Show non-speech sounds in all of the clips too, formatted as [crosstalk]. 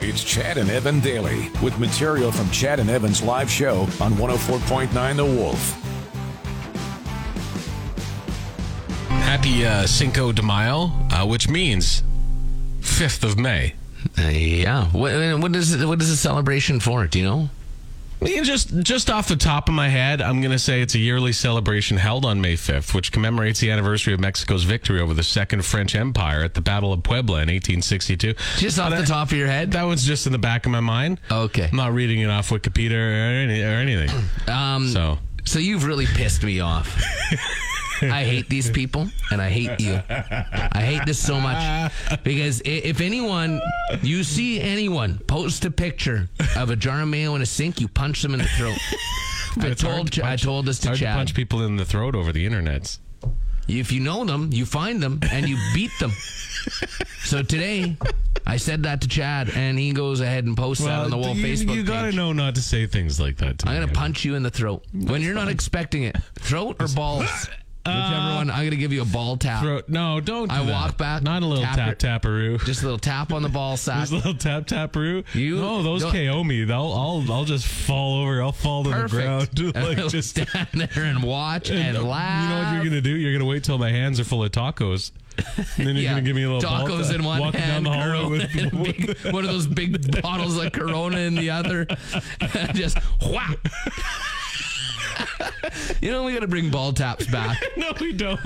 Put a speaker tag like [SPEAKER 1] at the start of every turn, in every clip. [SPEAKER 1] It's Chad and Evan Daily with material from Chad and Evan's live show on 104.9 The Wolf.
[SPEAKER 2] Happy uh, Cinco de Mayo, uh, which means 5th of May.
[SPEAKER 3] Uh, yeah. What, what is it, what is the celebration for? Do you know?
[SPEAKER 2] Yeah, Just just off the top of my head, I'm going to say it's a yearly celebration held on May 5th, which commemorates the anniversary of Mexico's victory over the Second French Empire at the Battle of Puebla in 1862.
[SPEAKER 3] Just off
[SPEAKER 2] But
[SPEAKER 3] the
[SPEAKER 2] I-
[SPEAKER 3] top of your head.
[SPEAKER 2] That one's just in the back of my mind.
[SPEAKER 3] Okay.
[SPEAKER 2] I'm not reading it off Wikipedia or, any, or anything. [clears throat]
[SPEAKER 3] Um, so.
[SPEAKER 2] So,
[SPEAKER 3] you've really pissed
[SPEAKER 2] [laughs]
[SPEAKER 3] me off. I hate these people, and I hate you. I hate this so much because i- if anyone, you see anyone post a picture of a jar of mayo in a sink, you punch them in the
[SPEAKER 2] [laughs]
[SPEAKER 3] throat. I
[SPEAKER 2] it's hard
[SPEAKER 3] told
[SPEAKER 2] to
[SPEAKER 3] Ch- I
[SPEAKER 2] punch-
[SPEAKER 3] told this
[SPEAKER 2] it's
[SPEAKER 3] to
[SPEAKER 2] hard to
[SPEAKER 3] Chad.
[SPEAKER 2] punch people in the throat over the internets.
[SPEAKER 3] If you know them, you find them and you beat them. so today, I said that to Chad, and he goes ahead and posts that on the wall
[SPEAKER 2] you,
[SPEAKER 3] Facebook
[SPEAKER 2] you gotta
[SPEAKER 3] page.
[SPEAKER 2] know not to say things like that. To
[SPEAKER 3] I'm
[SPEAKER 2] me,
[SPEAKER 3] gonna
[SPEAKER 2] Evan.
[SPEAKER 3] punch you in the throat when you're not expecting it. Throat or balls, whichever one. I'm gonna give you a ball tap.
[SPEAKER 2] throat. No, don't. do
[SPEAKER 3] I
[SPEAKER 2] that.
[SPEAKER 3] walk back,
[SPEAKER 2] Not a little
[SPEAKER 3] tap
[SPEAKER 2] tap taparoo.
[SPEAKER 3] Just a little tap on the ball sack.
[SPEAKER 2] Just a little tap taparoo.
[SPEAKER 3] You-
[SPEAKER 2] no, those
[SPEAKER 3] no.
[SPEAKER 2] KO me. I'll, I'll I'll just fall over. I'll fall to
[SPEAKER 3] Perfect.
[SPEAKER 2] the ground. [laughs]
[SPEAKER 3] And [laughs]
[SPEAKER 2] like
[SPEAKER 3] I'll
[SPEAKER 2] just
[SPEAKER 3] stand there and watch and, laugh.
[SPEAKER 2] You know what you're gonna do? You're gonna wait till my hands are full of tacos. And then you're
[SPEAKER 3] Yeah.
[SPEAKER 2] gonna give me a little ball
[SPEAKER 3] tacos
[SPEAKER 2] tap.
[SPEAKER 3] in one
[SPEAKER 2] walking
[SPEAKER 3] hand,
[SPEAKER 2] down the hallway
[SPEAKER 3] [laughs]
[SPEAKER 2] with,
[SPEAKER 3] Corona in big- one of
[SPEAKER 2] [laughs]
[SPEAKER 3] those big bottles of Corona in the other. [laughs] Just whack. [laughs] you know we got to bring ball taps back.
[SPEAKER 2] no, we don't.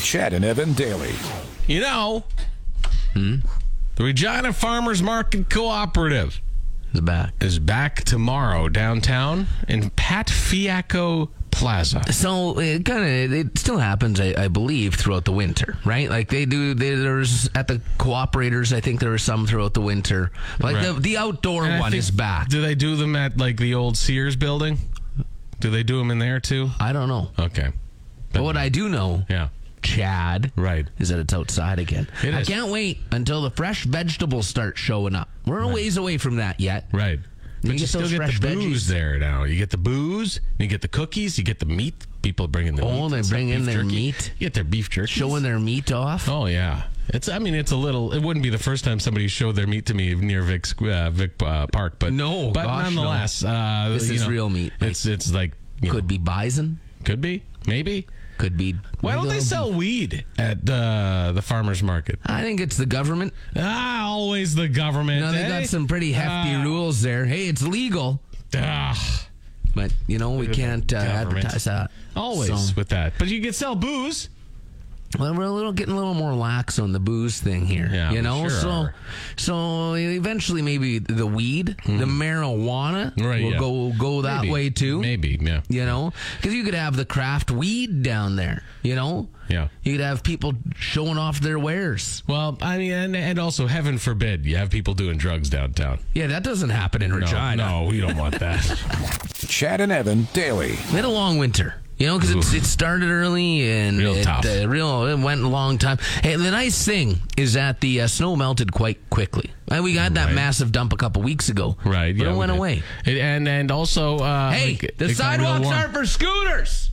[SPEAKER 1] Chad and Evan Daily.
[SPEAKER 2] [laughs] You know,
[SPEAKER 3] Hmm?
[SPEAKER 2] the Regina Farmers Market Cooperative.
[SPEAKER 3] It's back.
[SPEAKER 2] is back tomorrow downtown in Pat Fiaco Plaza.
[SPEAKER 3] So it kind of it still happens, I, I believe, throughout the winter, right? Like they do. They, there's at the cooperators. I think there are some throughout the winter. Like
[SPEAKER 2] Right.
[SPEAKER 3] the, the outdoor
[SPEAKER 2] And I
[SPEAKER 3] one
[SPEAKER 2] think-
[SPEAKER 3] is back.
[SPEAKER 2] Do they do them at like the old Sears building? Do they do them in there too?
[SPEAKER 3] I don't know,
[SPEAKER 2] Okay.
[SPEAKER 3] but what I do know,
[SPEAKER 2] Yeah.
[SPEAKER 3] Chad,
[SPEAKER 2] Right.
[SPEAKER 3] is that it's outside again.
[SPEAKER 2] It
[SPEAKER 3] I
[SPEAKER 2] is.
[SPEAKER 3] can't wait until the fresh vegetables start showing up. We're a ways away from that yet.
[SPEAKER 2] Right. But you,
[SPEAKER 3] get
[SPEAKER 2] still
[SPEAKER 3] those
[SPEAKER 2] get
[SPEAKER 3] fresh
[SPEAKER 2] the booze there now. You get the booze, you get the cookies, you get the meat. People bringing the
[SPEAKER 3] Oh,
[SPEAKER 2] meat.
[SPEAKER 3] they
[SPEAKER 2] and stuff,
[SPEAKER 3] bring in
[SPEAKER 2] beef
[SPEAKER 3] their
[SPEAKER 2] jerky.
[SPEAKER 3] meat?
[SPEAKER 2] You get their beef jerky.
[SPEAKER 3] Showing their meat off.
[SPEAKER 2] Oh yeah. It's. I mean, it's a little. It wouldn't be the first time somebody showed their meat to me near Vic Squ- uh, Vic uh, Park, but
[SPEAKER 3] No,
[SPEAKER 2] But
[SPEAKER 3] gosh, no.
[SPEAKER 2] nonetheless, Uh,
[SPEAKER 3] This
[SPEAKER 2] you
[SPEAKER 3] is
[SPEAKER 2] know,
[SPEAKER 3] real meat, Mike.
[SPEAKER 2] It's it's like you
[SPEAKER 3] Could be bison.
[SPEAKER 2] Could be. Maybe.
[SPEAKER 3] Could be.
[SPEAKER 2] Why don't they sell weed at uh, the farmers market?
[SPEAKER 3] I think it's the government.
[SPEAKER 2] Ah, always the government.
[SPEAKER 3] You know, they
[SPEAKER 2] eh?
[SPEAKER 3] got some pretty hefty
[SPEAKER 2] Ah.
[SPEAKER 3] rules there. Hey, it's legal,
[SPEAKER 2] Ah,
[SPEAKER 3] but you know we can't uh,
[SPEAKER 2] Government.
[SPEAKER 3] advertise that.
[SPEAKER 2] always
[SPEAKER 3] So,
[SPEAKER 2] with that. But you could sell booze.
[SPEAKER 3] well, we're a little getting a little more lax on the booze thing here.
[SPEAKER 2] Yeah, we
[SPEAKER 3] you know,
[SPEAKER 2] sure
[SPEAKER 3] so
[SPEAKER 2] are.
[SPEAKER 3] so eventually maybe the weed, the marijuana
[SPEAKER 2] Mm-hmm. Right,
[SPEAKER 3] will
[SPEAKER 2] yeah.
[SPEAKER 3] go go that
[SPEAKER 2] Maybe.
[SPEAKER 3] way too.
[SPEAKER 2] Maybe, yeah.
[SPEAKER 3] You know, because you could have the craft weed down there. You know,
[SPEAKER 2] Yeah.
[SPEAKER 3] you could have people showing off their wares.
[SPEAKER 2] Well, I mean, and, and also, heaven forbid, you have people doing drugs downtown.
[SPEAKER 3] Yeah, that doesn't happen in
[SPEAKER 2] No,
[SPEAKER 3] Regina.
[SPEAKER 2] no, we don't want that.
[SPEAKER 3] [laughs]
[SPEAKER 2] [laughs]
[SPEAKER 1] Chad and Evan Daily.
[SPEAKER 3] We had a long winter. You know, because
[SPEAKER 2] Oof.
[SPEAKER 3] it started early and
[SPEAKER 2] Real
[SPEAKER 3] it,
[SPEAKER 2] tough.
[SPEAKER 3] uh, real, it went a long time. Hey, the nice thing is that the uh, snow melted quite quickly. And we got that
[SPEAKER 2] Right.
[SPEAKER 3] massive dump a couple weeks ago.
[SPEAKER 2] right?
[SPEAKER 3] But
[SPEAKER 2] yeah,
[SPEAKER 3] it
[SPEAKER 2] we
[SPEAKER 3] went
[SPEAKER 2] did.
[SPEAKER 3] away.
[SPEAKER 2] It, and and also, uh,
[SPEAKER 3] Hey,
[SPEAKER 2] like,
[SPEAKER 3] the
[SPEAKER 2] it got real
[SPEAKER 3] sidewalks
[SPEAKER 2] warm.
[SPEAKER 3] aren't for [laughs] scooters.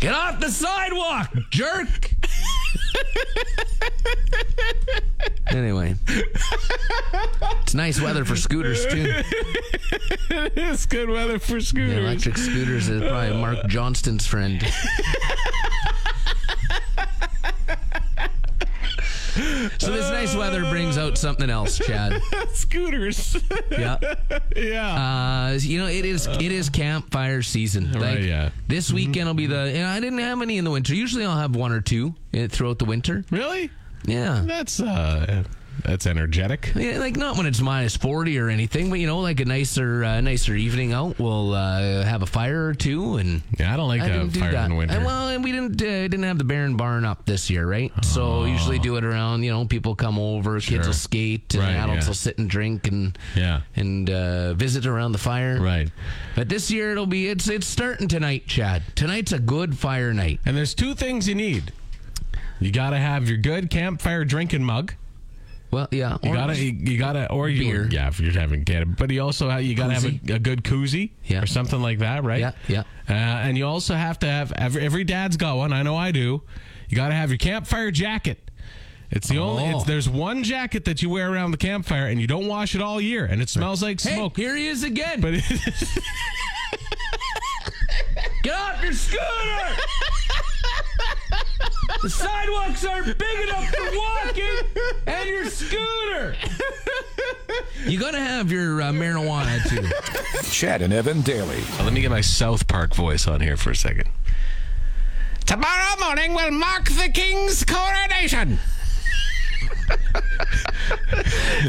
[SPEAKER 3] Get off the sidewalk, jerk. anyway, it's nice weather for scooters, too.
[SPEAKER 2] [laughs] it's good weather for
[SPEAKER 3] Yeah,
[SPEAKER 2] scooters.
[SPEAKER 3] electric scooters is probably Mark Johnston's friend. so this nice weather brings out something else, Chad.
[SPEAKER 2] scooters. [laughs]
[SPEAKER 3] Yeah.
[SPEAKER 2] yeah.
[SPEAKER 3] Uh, you know it is it is campfire season.
[SPEAKER 2] Right, yeah. Mm-hmm.
[SPEAKER 3] This weekend will be the. And I didn't have any in the winter. Usually I'll have one or two uh, throughout the winter.
[SPEAKER 2] really?
[SPEAKER 3] Yeah.
[SPEAKER 2] That's uh, that's energetic.
[SPEAKER 3] Yeah, like not when it's minus forty or anything, but you know, like a nicer, uh, nicer evening out. We'll uh, have a fire or two, and
[SPEAKER 2] Yeah, I don't like
[SPEAKER 3] I
[SPEAKER 2] to
[SPEAKER 3] didn't
[SPEAKER 2] have
[SPEAKER 3] do
[SPEAKER 2] fires
[SPEAKER 3] that.
[SPEAKER 2] in the winter.
[SPEAKER 3] And well, and we didn't uh, didn't have the Barron Barn up this year, right?
[SPEAKER 2] Oh.
[SPEAKER 3] So usually do it around. You know, people come over, kids will skate, and
[SPEAKER 2] Right,
[SPEAKER 3] adults
[SPEAKER 2] yeah.
[SPEAKER 3] will sit and drink and
[SPEAKER 2] Yeah.
[SPEAKER 3] and uh, visit around the fire.
[SPEAKER 2] right.
[SPEAKER 3] But this year it'll be it's it's starting tonight, Chad. Tonight's a good fire night.
[SPEAKER 2] And there's two things you need. You gotta have your good campfire drinking mug.
[SPEAKER 3] Well, yeah.
[SPEAKER 2] You
[SPEAKER 3] or-
[SPEAKER 2] gotta, you, you gotta, or you,
[SPEAKER 3] Beer.
[SPEAKER 2] yeah, if you're having get, but you also have, you gotta have a, a good koozie
[SPEAKER 3] Yeah.
[SPEAKER 2] or something like that, right?
[SPEAKER 3] Yeah, yeah.
[SPEAKER 2] Uh, and you also have to have every, every dad's got one. I know I do. You gotta have your campfire jacket. It's the only.
[SPEAKER 3] Oh.
[SPEAKER 2] It's, there's one jacket that you wear around the campfire, and you don't wash it all year, and it smells like
[SPEAKER 3] Hey,
[SPEAKER 2] smoke.
[SPEAKER 3] here he is again.
[SPEAKER 2] But it,
[SPEAKER 3] Get off your scooter! the sidewalks aren't big enough for walking and your scooter. You gotta have your uh, marijuana too.
[SPEAKER 1] Chad and Evan daily.
[SPEAKER 2] [laughs] let me get my South Park voice on here for a second. Tomorrow morning will mark the king's coronation.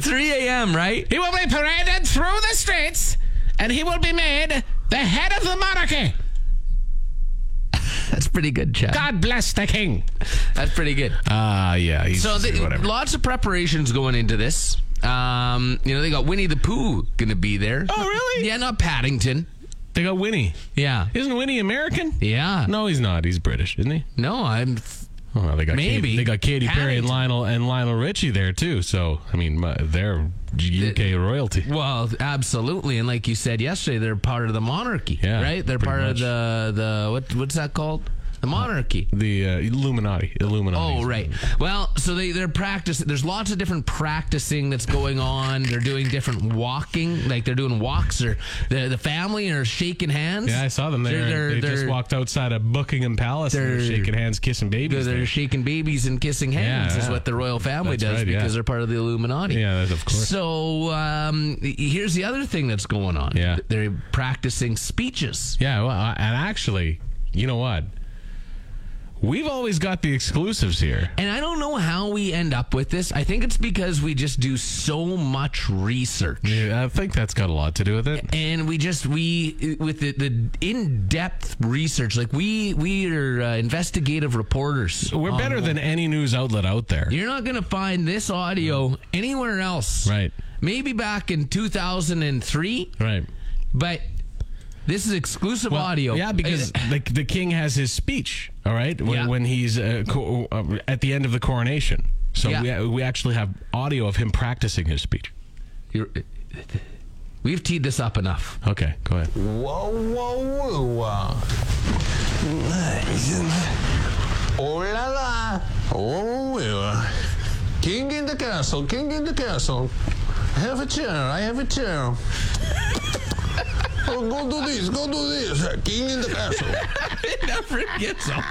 [SPEAKER 3] 3 a.m. Right?
[SPEAKER 2] He will be paraded through the streets, and he will be made the head of the monarchy.
[SPEAKER 3] That's pretty good, Chad.
[SPEAKER 2] God bless the king.
[SPEAKER 3] That's pretty good.
[SPEAKER 2] Ah, yeah. He's,
[SPEAKER 3] So the,
[SPEAKER 2] whatever.
[SPEAKER 3] lots of preparations going into this. Um, you know they got Winnie the Pooh gonna be there.
[SPEAKER 2] Oh, really?
[SPEAKER 3] Yeah, not Paddington.
[SPEAKER 2] They got Winnie.
[SPEAKER 3] Yeah.
[SPEAKER 2] Isn't Winnie American?
[SPEAKER 3] Yeah.
[SPEAKER 2] No, he's not. He's British, isn't he?
[SPEAKER 3] No, I'm.
[SPEAKER 2] Oh, well, they got
[SPEAKER 3] Maybe.
[SPEAKER 2] Katy- they got Katy Perry and
[SPEAKER 3] Paddington.
[SPEAKER 2] Lionel and Lionel Richie there too. So I mean, my, they're UK royalty.
[SPEAKER 3] Well, absolutely, and like you said yesterday, they're part of the monarchy,
[SPEAKER 2] Yeah,
[SPEAKER 3] right? They're
[SPEAKER 2] pretty
[SPEAKER 3] part
[SPEAKER 2] much.
[SPEAKER 3] of the the what what's that called? The monarchy.
[SPEAKER 2] The uh, Illuminati. Illuminati.
[SPEAKER 3] Oh, right. Well, so they they're practicing. There's lots of different practicing that's going on. They're doing different walking, like they're doing walks, or the the family are shaking hands.
[SPEAKER 2] Yeah, I saw them there.
[SPEAKER 3] They're- they're-
[SPEAKER 2] they just
[SPEAKER 3] they're-
[SPEAKER 2] walked outside of Buckingham Palace and they're
[SPEAKER 3] They're-
[SPEAKER 2] shaking hands, kissing
[SPEAKER 3] They're,
[SPEAKER 2] babies.
[SPEAKER 3] they're
[SPEAKER 2] there.
[SPEAKER 3] shaking babies and kissing hands is
[SPEAKER 2] yeah.
[SPEAKER 3] what the royal family
[SPEAKER 2] That's
[SPEAKER 3] does
[SPEAKER 2] right, yeah.
[SPEAKER 3] because they're part of the Illuminati.
[SPEAKER 2] Yeah, that's- of course.
[SPEAKER 3] So um, here's the other thing that's going on.
[SPEAKER 2] Yeah.
[SPEAKER 3] they're practicing speeches.
[SPEAKER 2] Yeah, well, I- and actually, you know what? We've always got the exclusives here.
[SPEAKER 3] And I don't know how we end up with this. I think it's because we just do so much research.
[SPEAKER 2] Yeah, I think that's got a lot to do with it.
[SPEAKER 3] And we just we with the, the in-depth research, like we we are uh, investigative reporters.
[SPEAKER 2] We're
[SPEAKER 3] Um,
[SPEAKER 2] better than any news outlet out there.
[SPEAKER 3] You're not going to find this audio anywhere else.
[SPEAKER 2] Right.
[SPEAKER 3] Maybe back in 2003,
[SPEAKER 2] Right.
[SPEAKER 3] but this is exclusive
[SPEAKER 2] Well,
[SPEAKER 3] audio.
[SPEAKER 2] Yeah, [laughs] because the, the king has his speech, all right, when,
[SPEAKER 3] Yeah.
[SPEAKER 2] when he's uh, co- uh, at the end of the coronation. So
[SPEAKER 3] Yeah.
[SPEAKER 2] we, we actually have audio of him practicing his speech.
[SPEAKER 3] You're- we've teed this
[SPEAKER 2] [laughs]
[SPEAKER 3] up enough.
[SPEAKER 2] Okay, go ahead.
[SPEAKER 4] Whoa, whoa, whoa, whoa. Oh la la. Oh, we are. King in the castle, king in the castle. Have a chair, I have a chair. oh, go do this, go do this. King in the castle.
[SPEAKER 3] It never gets old.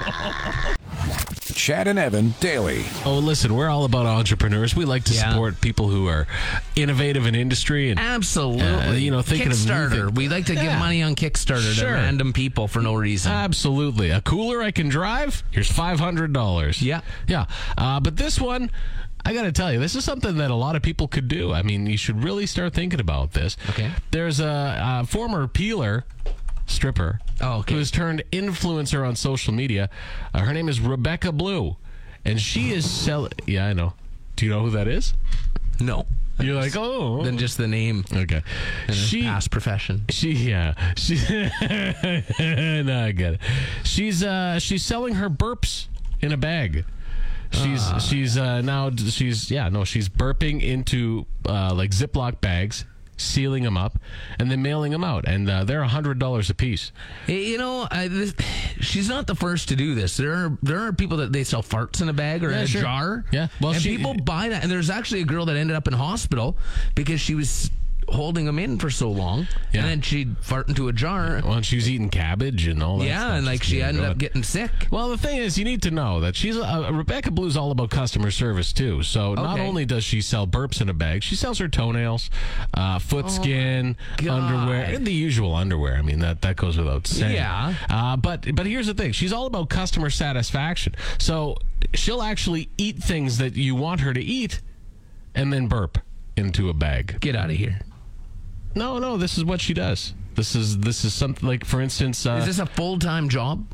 [SPEAKER 1] Chad and Evan daily.
[SPEAKER 2] Oh, listen, we're all about entrepreneurs. We like to
[SPEAKER 3] Yeah.
[SPEAKER 2] support people who are innovative in industry and
[SPEAKER 3] Absolutely.
[SPEAKER 2] Uh, you know, thinking of new
[SPEAKER 3] Kickstarter.
[SPEAKER 2] things.
[SPEAKER 3] we like to give
[SPEAKER 2] Yeah.
[SPEAKER 3] money on Kickstarter
[SPEAKER 2] Sure. Uh,
[SPEAKER 3] to random people for no reason.
[SPEAKER 2] Absolutely. A cooler I can drive, here's $500.
[SPEAKER 3] Yeah.
[SPEAKER 2] Yeah. Uh, but this one, I got to tell you, this is something that a lot of people could do. I mean, you should really start thinking about this.
[SPEAKER 3] Okay.
[SPEAKER 2] There's a, a former peeler stripper
[SPEAKER 3] Oh, okay.
[SPEAKER 2] who has turned influencer on social media. Uh, her name is Rebecca Blue, and she is selling. Yeah, I know. Do you know who that is?
[SPEAKER 3] no.
[SPEAKER 2] You're like, oh.
[SPEAKER 3] Than just the name.
[SPEAKER 2] okay. She
[SPEAKER 3] Past profession.
[SPEAKER 2] she yeah. She [laughs] no, I get it. She's uh she's selling her burps in a bag. She's
[SPEAKER 3] Ah.
[SPEAKER 2] she's uh now d- she's yeah, no, she's burping into uh like Ziploc bags, sealing them up and then mailing them out and uh, they're a $100 a piece.
[SPEAKER 3] Y- You know, I, this, she's not the first to do this. There are there are people that they sell farts in a bag or
[SPEAKER 2] Yeah,
[SPEAKER 3] in a
[SPEAKER 2] sure.
[SPEAKER 3] jar.
[SPEAKER 2] Yeah. Well,
[SPEAKER 3] and
[SPEAKER 2] she-
[SPEAKER 3] people buy that. And there's actually a girl that ended up in hospital because she was holding them in for so long,
[SPEAKER 2] Yeah.
[SPEAKER 3] and then she'd fart into a jar.
[SPEAKER 2] Well, and she was eating cabbage and all that stuff.
[SPEAKER 3] Yeah, and like
[SPEAKER 2] Just
[SPEAKER 3] she
[SPEAKER 2] being
[SPEAKER 3] ended
[SPEAKER 2] good.
[SPEAKER 3] up getting sick.
[SPEAKER 2] Well, the thing is, you need to know that she's uh, Rebecca Blue's all about customer service too. So not
[SPEAKER 3] Okay.
[SPEAKER 2] only does she sell burps in a bag, she sells her toenails, uh, foot skin,
[SPEAKER 3] Oh God.
[SPEAKER 2] underwear, and the usual underwear. I mean that that goes without saying.
[SPEAKER 3] Yeah.
[SPEAKER 2] Uh, but but here's the thing: she's all about customer satisfaction. So she'll actually eat things that you want her to eat, and then burp into a bag.
[SPEAKER 3] Get out of here.
[SPEAKER 2] No, no, this is what she does. This is this is something like for instance. Uh,
[SPEAKER 3] Is this a full time job?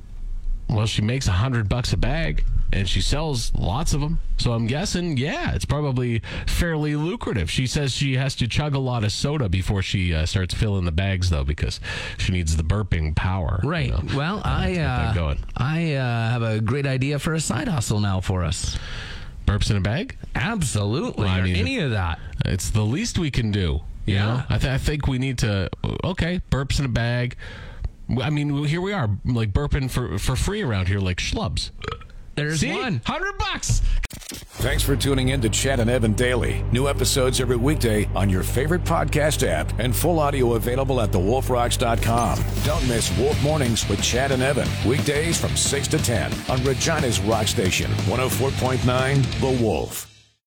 [SPEAKER 2] Well, she makes a hundred bucks a bag, and she sells lots of them. So I'm guessing, yeah, it's probably fairly lucrative. She says she has to chug a lot of soda before she uh, starts filling the bags, though, because she needs the burping power. you
[SPEAKER 3] Right.
[SPEAKER 2] know.
[SPEAKER 3] Well, I
[SPEAKER 2] get that
[SPEAKER 3] uh,
[SPEAKER 2] going.
[SPEAKER 3] I uh, have a great idea for a side hustle now for us.
[SPEAKER 2] burps in a bag.
[SPEAKER 3] Absolutely.
[SPEAKER 2] Well, I
[SPEAKER 3] or
[SPEAKER 2] mean-
[SPEAKER 3] any of that.
[SPEAKER 2] It's the least we can do. You
[SPEAKER 3] Yeah.
[SPEAKER 2] know, I, th- I think we need to. Okay, burps in a bag. I mean, here we are, like burping for for free around here, like schlubs.
[SPEAKER 3] There's
[SPEAKER 2] See?
[SPEAKER 3] one.
[SPEAKER 2] 100 bucks.
[SPEAKER 1] Thanks for tuning in to Chad and Evan Daily. New episodes every weekday on your favorite podcast app and full audio available at thewolfrocks.com. Don't miss Wolf Mornings with Chad and Evan. oh Weekdays from 6 to 10 on Regina's Rock Station, 104.9 The Wolf.